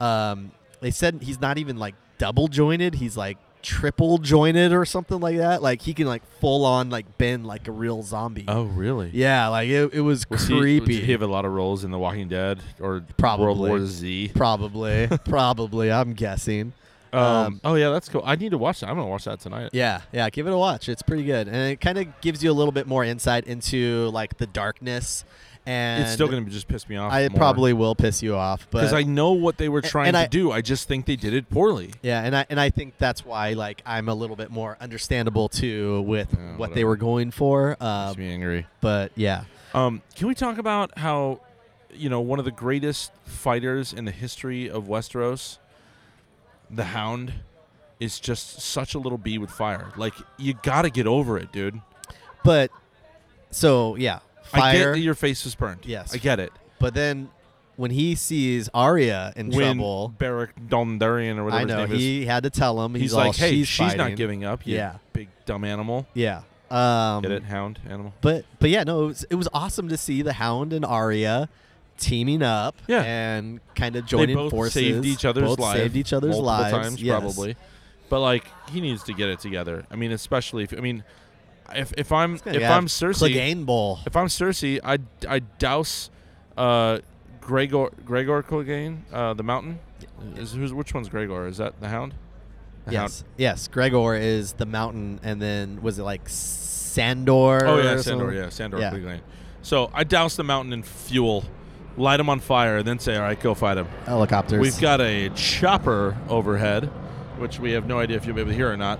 S2: um they said he's not even like double jointed, he's like triple jointed or something like that. Like he can like full on like bend like a real zombie.
S1: Oh, really?
S2: Yeah, like it, it was
S1: Was he-
S2: creepy.
S1: did he have a lot of roles in The Walking Dead or World
S2: Probably.
S1: War Z?
S2: probably. probably, I'm guessing.
S1: Um,
S2: Um,
S1: oh yeah, that's cool. I need to watch that. I'm gonna watch that tonight.
S2: Yeah, yeah, give it a watch. It's pretty good. And it kind of gives you a little bit more insight into like the darkness and
S1: it's still going to just piss me off.
S2: I
S1: more.
S2: probably will piss you off, but
S1: because I know what they were trying
S2: and
S1: to
S2: I-
S1: do. I just think they did it poorly.
S2: Yeah, and I and I think that's why like I'm a little bit more understandable too with
S1: Yeah,
S2: what they
S1: whatever.
S2: were going for.
S1: Makes
S2: Um,
S1: me angry.
S2: but yeah,
S1: Um, can we talk about how, you know, one of the greatest fighters in the history of Westeros, the Hound, is just such a little bee with fire. Like you got to get over it, dude.
S2: but so yeah,
S1: I get
S2: fire.
S1: that your face was burned.
S2: Yes.
S1: I get it.
S2: but then when he sees Arya in
S1: when
S2: trouble,
S1: Beric Dondarrion or whatever
S2: I know
S1: his name is,
S2: he had to tell him.
S1: he's,
S2: He's, all,
S1: like, "Hey,
S2: she's,
S1: she's not
S2: fighting."
S1: giving up. You
S2: Yeah.
S1: big dumb animal.
S2: Yeah. Um,
S1: Get it, hound animal."
S2: But but yeah, no, it was, it was awesome to see the Hound and Arya teaming up
S1: Yeah.
S2: and kind of joining
S1: they both
S2: forces.
S1: saved each other's
S2: both
S1: lives.
S2: Saved each other's
S1: multiple
S2: lives.
S1: times,
S2: yes.
S1: probably. But like, he needs to get it together. I mean, especially if I mean, if if I'm
S2: It's
S1: if
S2: gonna have
S1: I'm Cersei,
S2: Clegane Bowl.
S1: if I'm Cersei, I I douse, uh, Gregor Gregor Clegane, uh, the mountain. Is who's which one's Gregor? Is that the Hound? The Hound.
S2: Yes, yes. Gregor is the mountain, and then was it like Sandor?
S1: Oh yeah,
S2: or
S1: Sandor.
S2: something?
S1: Yeah, Sandor
S2: Yeah.
S1: Clegane. So I douse the mountain in fuel, light him on fire, and then say, "All right, go fight him."
S2: Helicopters.
S1: We've got a chopper overhead, which we have no idea if you'll be able to hear or not.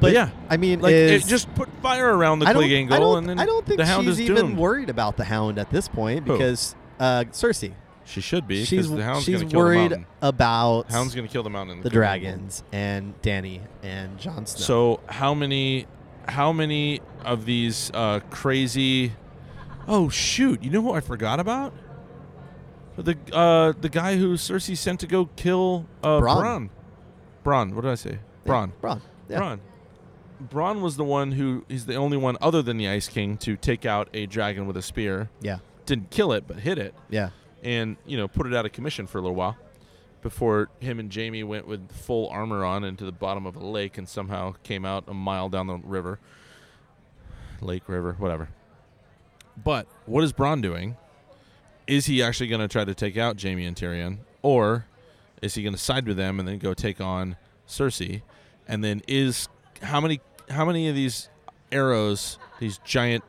S1: But,
S2: But,
S1: yeah,
S2: I mean,
S1: like
S2: is,
S1: it just put fire around the
S2: I don't,
S1: Clegane
S2: I
S1: goal,
S2: don't,
S1: and then
S2: I don't think
S1: the hound
S2: she's
S1: is
S2: even
S1: doomed.
S2: worried about the hound at this point
S1: Who?
S2: because uh, Cersei.
S1: she should be. 'cause
S2: She's
S1: the hound's
S2: she's
S1: gonna kill the
S2: worried
S1: mountain.
S2: about
S1: Hound's gonna kill the mountain. and
S2: the
S1: Clegane Goal.
S2: dragons and Danny and Jon Snow.
S1: So how many, how many of these uh, crazy? Oh shoot! You know who I forgot about? The uh, the guy who Cersei sent to go kill uh, Bronn.
S2: Bronn.
S1: Bronn. What did I say? Bronn.
S2: Bron. Yeah.
S1: Braun. Braun was the one who he's the only one other than the Ice King to take out a dragon with a spear.
S2: Yeah.
S1: Didn't kill it, but hit it,
S2: Yeah.
S1: and you know put it out of commission for a little while. Before him and Jamie went with full armor on into the bottom of a lake and somehow came out a mile down the river, lake, river, whatever. But what is Braun doing? Is he actually going to try to take out Jamie and Tyrion, or is he going to side with them and then go take on Cersei? And then is how many how many of these arrows, these giant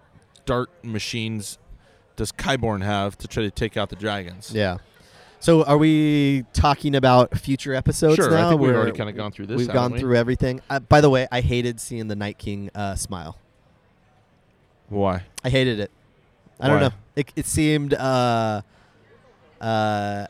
S1: dart machines, does Kyborn have to try to take out the dragons?
S2: Yeah. So are we talking about future episodes
S1: sure.
S2: now?
S1: I think we've
S2: We're-
S1: already kind of gone through this.
S2: We've
S1: haven't
S2: gone
S1: we?
S2: through everything. Uh, by the way, I hated seeing the Night King uh, smile.
S1: why?
S2: I hated it. I don't
S1: Why?
S2: know. It, it seemed. Uh, uh,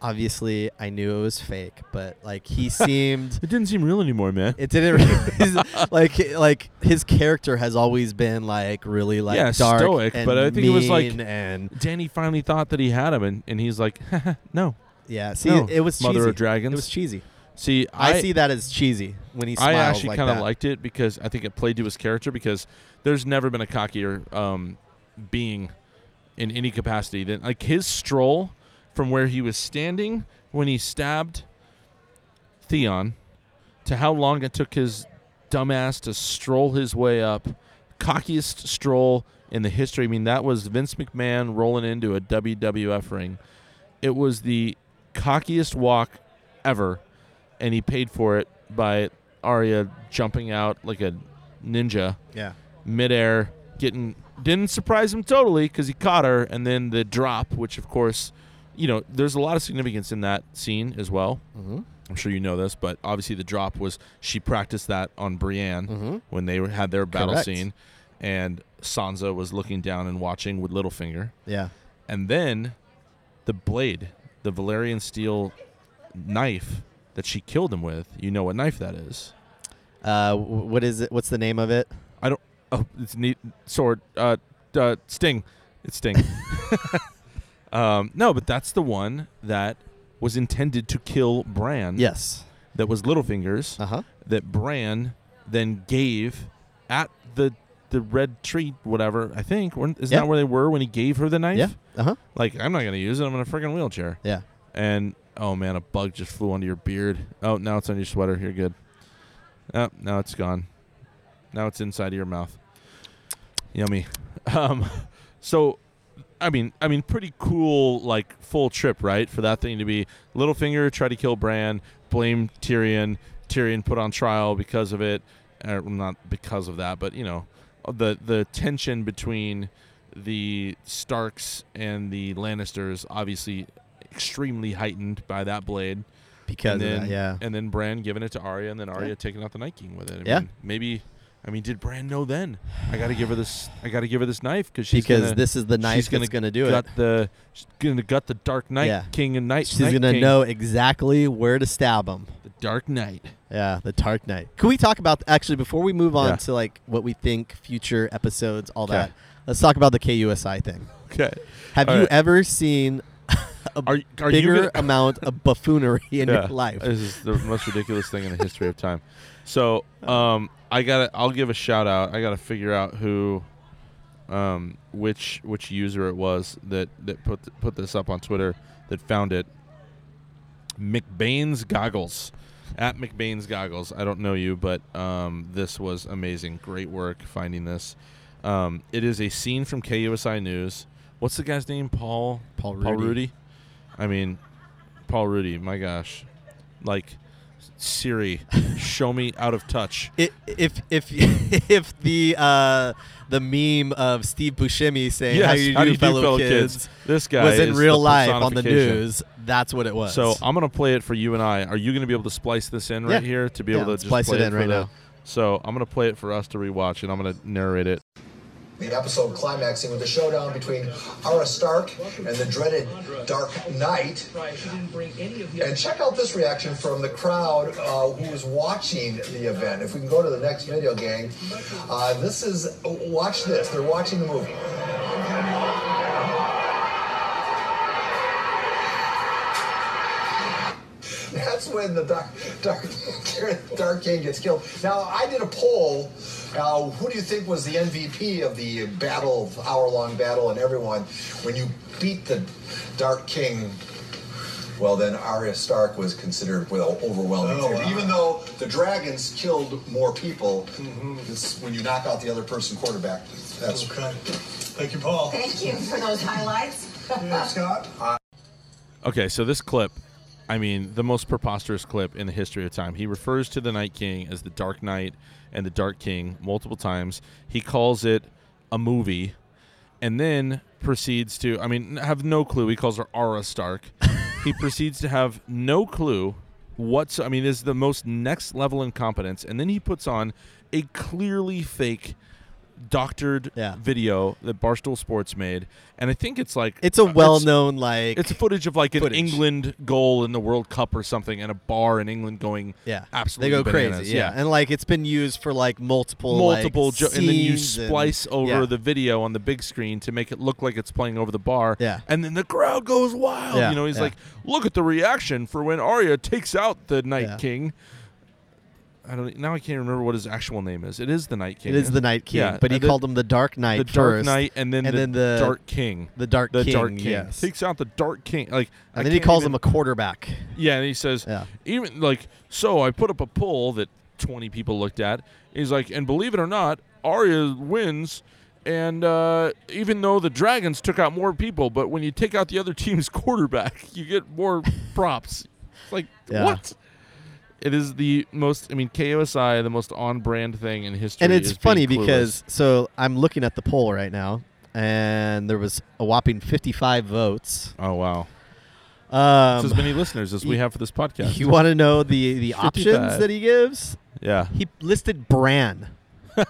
S2: obviously, I knew it was fake, but like he seemed.
S1: It didn't seem real anymore, man.
S2: It didn't really, like like his character has always been like really like
S1: Yeah,
S2: dark
S1: stoic,
S2: and
S1: but I think it was, like-
S2: mean and
S1: Danny finally thought that he had him, and, and he's like, no,
S2: yeah. See,
S1: No,
S2: it was
S1: mother
S2: cheesy.
S1: of dragons.
S2: It was cheesy.
S1: see,
S2: I, see that as cheesy when he
S1: I
S2: smiles
S1: actually
S2: like
S1: kind of
S2: that.
S1: liked it because I think it played to his character because there's never been a cockier um, being in any capacity than like his stroll from where he was standing when he stabbed Theon to how long it took his dumbass to stroll his way up cockiest stroll in the history. I mean that was Vince McMahon rolling into a WWF ring. It was the cockiest walk ever and he paid for it by Arya jumping out like a ninja
S2: yeah.
S1: midair, getting didn't surprise him totally because he caught her, and then the drop, which of course, you know, there's a lot of significance in that scene as well.
S2: Mm-hmm.
S1: I'm sure you know this, but obviously the drop was she practiced that on Brienne
S2: Mm-hmm.
S1: when they had their battle
S2: Correct.
S1: scene, and Sansa was looking down and watching with Littlefinger,
S2: Yeah.
S1: and then the blade, the Valerian steel knife that she killed him with. You know what knife that is?
S2: Uh, w- what is it? What's the name of it?
S1: Oh, it's neat sword. Uh, uh sting. It's sting. um, no, but that's the one that was intended to kill Bran.
S2: Yes.
S1: That was Littlefinger's.
S2: Uh huh.
S1: That Bran then gave at the the red tree, whatever. I think. Weren't- Isn't
S2: Yeah.
S1: that where they were when he gave her the knife?
S2: Yeah. Uh huh.
S1: Like I'm not gonna use it. I'm in a freaking wheelchair.
S2: Yeah.
S1: And oh man, a bug just flew onto your beard. Oh, now it's on your sweater. You're good. Oh, now it's gone. Now it's inside of your mouth. Yummy. Um, so, I mean, I mean, pretty cool, like full trip, right? For that thing to be Littlefinger tried to kill Bran, blame Tyrion. Tyrion put on trial because of it. Uh, well, not because of that, but you know, the the tension between the Starks and the Lannisters obviously extremely heightened by that blade.
S2: because
S1: and then,
S2: of that, yeah.
S1: And then Bran giving it to Arya, and then Arya
S2: Yeah.
S1: taking out the Night King with it. I
S2: Yeah.
S1: mean, maybe. I mean, did Bran know then? I gotta give her this. I gotta give her this knife cause she's
S2: Because
S1: gonna
S2: this is the
S1: she's
S2: knife
S1: gonna
S2: that's going to do
S1: gut
S2: it.
S1: the. She's gonna gut the Dark Knight
S2: Yeah.
S1: King and Night.
S2: She's
S1: Night
S2: going to
S1: King.
S2: know exactly where to stab him.
S1: the Dark Knight.
S2: Yeah, the Dark Knight. Can we talk about actually before we move on
S1: Yeah.
S2: to like what we think future episodes, all
S1: 'Kay.
S2: that? Let's talk about the KUSI thing.
S1: Okay.
S2: Have
S1: All
S2: you
S1: right.
S2: ever seen a
S1: Are, are
S2: bigger
S1: you gonna,
S2: amount of buffoonery in
S1: Yeah. Uh,
S2: your life?
S1: This is the most ridiculous thing in the history of time. So, um, I gotta. I'll give a shout out. I gotta figure out who, um, which which user it was that that put th- put this up on Twitter that found it. McBain's goggles, at McBain's goggles. I don't know you, but um, this was amazing. Great work finding this. Um, it is a scene from KUSI News. What's the guy's name? Paul.
S2: Paul
S1: Paul
S2: Rudy.
S1: Rudy. I mean, Paul Rudy. My gosh, like Siri, show me out of touch.
S2: I- if if if the uh, the meme of Steve Buscemi saying
S1: Yes,
S2: "How you do, fellow, kids,"
S1: This guy
S2: was in
S1: is
S2: real
S1: the
S2: life on the
S1: personification.
S2: news, that's what it was.
S1: So uh, I'm gonna play it for you and I. Are you gonna be able to splice this in right
S2: Yeah.
S1: here to be
S2: Yeah,
S1: able to
S2: let's
S1: just
S2: splice
S1: play
S2: it in
S1: for
S2: right
S1: the-
S2: now.
S1: So I'm gonna play it for us to rewatch, and I'm gonna narrate it.
S3: The episode climaxing with a showdown between Arya Stark and the dreaded Dark Knight.
S4: Right, she didn't bring any of the
S3: And check out this reaction from the crowd uh, who was watching the event. If we can go to the next video, gang, uh, this is watch this. They're watching the movie. That's when the Dark Dark Dark King gets killed. Now I did a poll. Uh, who do you think was the MVP of the battle, hour long battle, and everyone? When you beat the Dark King well, then Arya Stark was considered well overwhelming.
S5: Oh,
S3: favorite. Even though the dragons killed more people, it's when you knock out the other person quarterback, that's
S5: Mm-hmm. Okay. Thank you, Paul.
S6: Thank you for those highlights.
S3: Mm.
S5: Scott?
S1: Okay, so this clip, I mean, the most preposterous clip in the history of time. He refers to the Night King as the Dark Knight and the Dark King multiple times. He calls it a movie and then proceeds to, I mean, n- have no clue. He calls her Ara Stark. he proceeds to have no clue what's, I mean, this is the most next level incompetence. And then he puts on a clearly fake. Doctored
S2: Yeah.
S1: video that Barstool Sports made, and I think it's like
S2: it's a
S1: uh,
S2: well-known like
S1: it's footage of like an
S2: Footage.
S1: England goal in the World Cup or something, and a bar in England going
S2: yeah.
S1: absolutely
S2: they go
S1: bananas.
S2: crazy. Yeah. and like it's been used for like multiple
S1: multiple,
S2: like,
S1: jo- and then you
S2: scenes and-
S1: splice over
S2: yeah.
S1: the video on the big screen to make it look like it's playing over the bar.
S2: Yeah.
S1: and then the crowd goes wild.
S2: Yeah,
S1: You know, he's
S2: yeah.
S1: like, "Look at the reaction for when Arya takes out the Night
S2: Yeah.
S1: King." I don't e, now. I can't remember what his actual name is. It is the Night King.
S2: It is the Night King,
S1: Yeah,
S2: but he
S1: and then
S2: called him the Dark Knight
S1: the Dark
S2: first,
S1: Knight, and then
S2: and
S1: the
S2: then the-
S1: Dark King.
S2: the Dark
S1: The
S2: King,
S1: Dark King
S2: yes.
S1: takes out the Dark King. Like, I
S2: and then he
S1: can't
S2: calls
S1: even-
S2: him a quarterback.
S1: Yeah, and he says,
S2: Yeah.
S1: even like, so I put up a poll that 20 people looked at. He's like, and believe it or not, Arya wins. And uh, even though the Dragons took out more people, but when you take out the other team's quarterback, you get more props. It's Like,
S2: Yeah.
S1: what? It is the most, I mean, KOSI, the most on brand thing in history.
S2: and it's
S1: is being
S2: funny
S1: clueless.
S2: because so I'm looking at the poll right now, and there was a whopping 55 votes.
S1: Oh, wow. It's as
S2: Um,
S1: many listeners as we
S2: you-
S1: have for this podcast.
S2: you want to know the the
S1: 55.
S2: options that he gives?
S1: yeah.
S2: He listed Bran.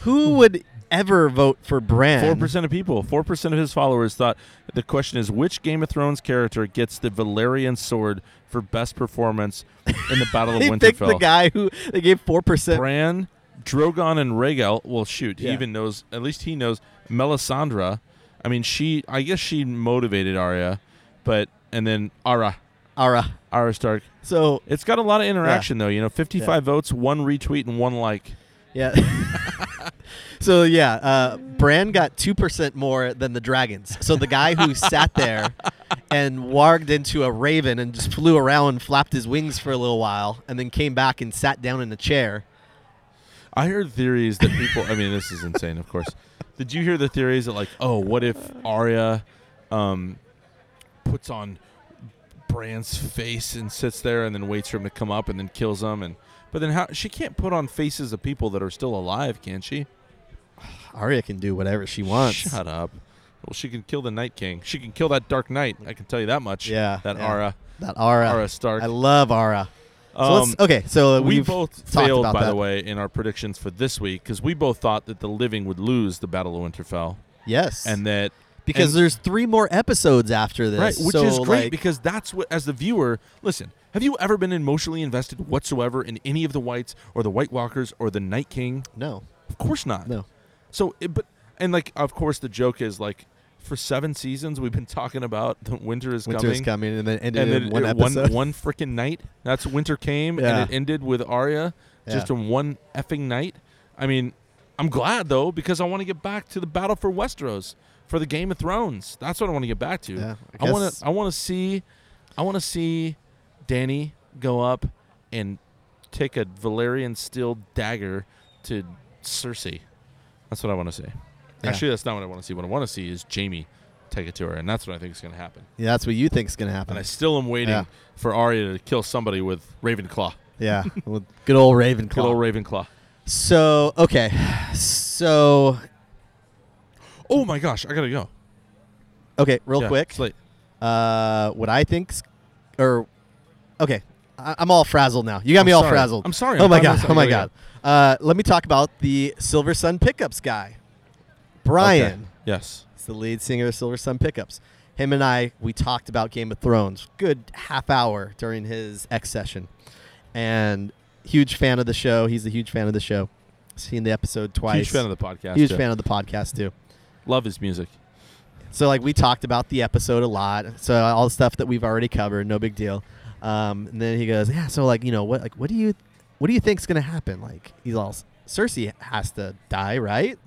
S2: Who would ever vote for Bran?
S1: Four percent of people, four percent of his followers thought the question is which Game of Thrones character gets the Valerian sword for best performance in the Battle of
S2: They picked
S1: Winterfell?
S2: the guy who they gave four percent.
S1: Bran, Drogon, and Rhaegal. Well, shoot, he
S2: Yeah.
S1: even knows. At least he knows Melisandre. I mean, she. I guess she motivated Arya, but and then Ara,
S2: Ara.
S1: Ara Stark.
S2: So
S1: It's got a lot of interaction though. You know, fifty-five votes, one retweet, and one like.
S2: yeah. so yeah, uh, Bran got two percent more than the dragons. So the guy who sat there and warged into a raven and just flew around, flapped his wings for a little while, and then came back and sat down in a chair.
S1: I heard theories that people. I mean, this is insane. Of course. Did you hear the theories that like, oh, what if Arya, um, puts on Bran's face and sits there and then waits for him to come up and then kills him and. But then how she can't put on faces of people that are still alive, can she?
S2: Arya can do whatever she wants.
S1: Shut up. Well, she can kill the Night King. She can kill that Dark Knight. I can tell you that much.
S2: Yeah,
S1: That
S2: yeah.
S1: Ara.
S2: That Ara.
S1: Ara Stark.
S2: I love Ara. So
S1: Um,
S2: let's, okay, so
S1: we
S2: we've
S1: both
S2: talked
S1: failed,
S2: about
S1: by
S2: that.
S1: the way, in our predictions for this week because we both thought that the living would lose the Battle of Winterfell,
S2: Yes,
S1: and that
S2: because
S1: and,
S2: there's three more episodes after this,
S1: right, which
S2: so,
S1: is great
S2: like,
S1: because that's what as the viewer. Listen, have you ever been emotionally invested whatsoever in any of the Whites or the White Walkers or the Night King?
S2: no,
S1: Of course not.
S2: No.
S1: So, it, but and like, of course, the joke is like, for seven seasons we've been talking about the winter is
S2: winter
S1: coming.
S2: is coming, and then ended
S1: and
S2: in
S1: then
S2: one
S1: it-
S2: episode.
S1: one, one freaking night. That's winter came
S2: Yeah.
S1: and it ended with Arya just
S2: Yeah.
S1: in one effing night. I mean, I'm glad though because I want to get back to the battle for Westeros for the Game of Thrones. That's what I want to get back to.
S2: Yeah, I
S1: I want
S2: guess-
S1: to. I want to see. I want to see Danny go up and take a Valerian steel dagger to Cersei. That's what I want to see.
S2: Yeah.
S1: Actually, that's not what I want to see. What I want to see is Jamie take it to her, and that's what I think is going to happen.
S2: yeah, that's what you think's gonna happen.
S1: And I still am waiting
S2: Oh. Yeah.
S1: for Arya to kill somebody with Ravenclaw.
S2: yeah, well, good old Ravenclaw.
S1: Good old Ravenclaw.
S2: so okay, so
S1: Oh my gosh, I gotta go.
S2: okay, real
S1: Yeah,
S2: quick,
S1: It's late.
S2: uh, what I think's, or okay, I, I'm all frazzled now. You got me all
S1: sorry.
S2: frazzled.
S1: I'm sorry,
S2: Oh
S1: I'm
S2: my
S1: proud of
S2: god. Oh my god.
S1: myself.
S2: Uh, let me talk about the Silver Sun Pickups guy, Brian.
S1: Okay. Yes.
S2: He's the lead singer of Silver Sun Pickups. Him and I, we talked about Game of Thrones good half hour during his X session, and huge fan of the show. He's a huge fan of the show. Seen the episode twice.
S1: Huge fan of the podcast.
S2: Huge
S1: too.
S2: fan of the podcast too.
S1: Love his music.
S2: So like we talked about the episode a lot. So all the stuff that we've already covered, no big deal. Um, and then he goes, yeah. So like you know what like what do you what do you think's gonna happen? Like he's all Cersei has to die, right?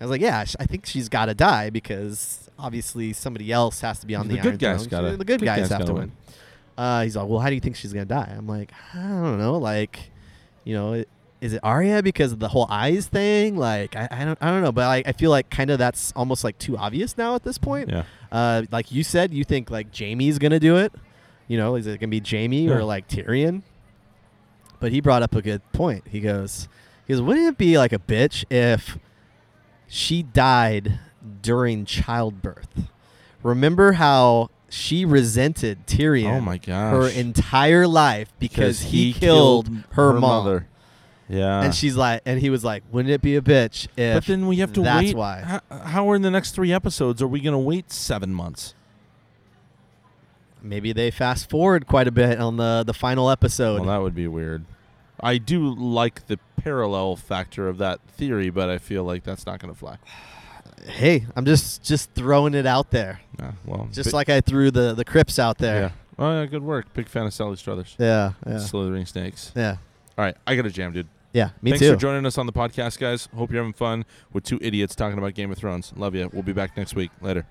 S2: I was like, yeah, sh- I think she's got to die because obviously somebody else has to be on
S1: The
S2: the,
S1: good
S2: Iron
S1: guys
S2: Throne.
S1: gotta-
S2: the good,
S1: good
S2: guys,
S1: guys
S2: have to
S1: gotta
S2: win.
S1: win.
S2: Uh, he's like, well, how do you think she's gonna die? I'm like, I don't know. Like, you know, i- is it Arya because of the whole eyes thing? Like, I, I don't, I don't know. But I, I feel like kind of that's almost like too obvious now at this point.
S1: Yeah.
S2: Uh, like you said, you think like Jamie's gonna do it. You know, is it gonna be Jamie
S1: Yeah.
S2: or like Tyrion? But he brought up a good point. He goes, he goes, wouldn't it be like a bitch if she died during childbirth? Remember how she resented Tyrion?
S1: Oh my gosh.
S2: Her entire life because he, killed, her, mom.
S1: mother. Yeah.
S2: And she's like, and he was like, wouldn't it be a bitch
S1: Uh.
S2: if?
S1: but then we have to
S2: that's
S1: wait.
S2: why.
S1: How, how are in the next three episodes are we going to wait seven months?
S2: Maybe they fast forward quite a bit on the the final episode.
S1: Well, that would be weird. I do like the parallel factor of that theory, but I feel like that's not going to fly.
S2: hey, I'm just just throwing it out there,
S1: Yeah, well,
S2: just
S1: bi-
S2: like I threw the the Crips out
S1: yeah.
S2: there.
S1: Oh yeah, good work. Big fan of Sally Struthers.
S2: Yeah, yeah, yeah.
S1: Slithering snakes.
S2: yeah.
S1: All right, I got a jam, dude.
S2: me
S1: Thanks
S2: too.
S1: for joining us on the podcast, guys. Hope you're having fun with two idiots talking about Game of Thrones. Love you. We'll be back next week. Later.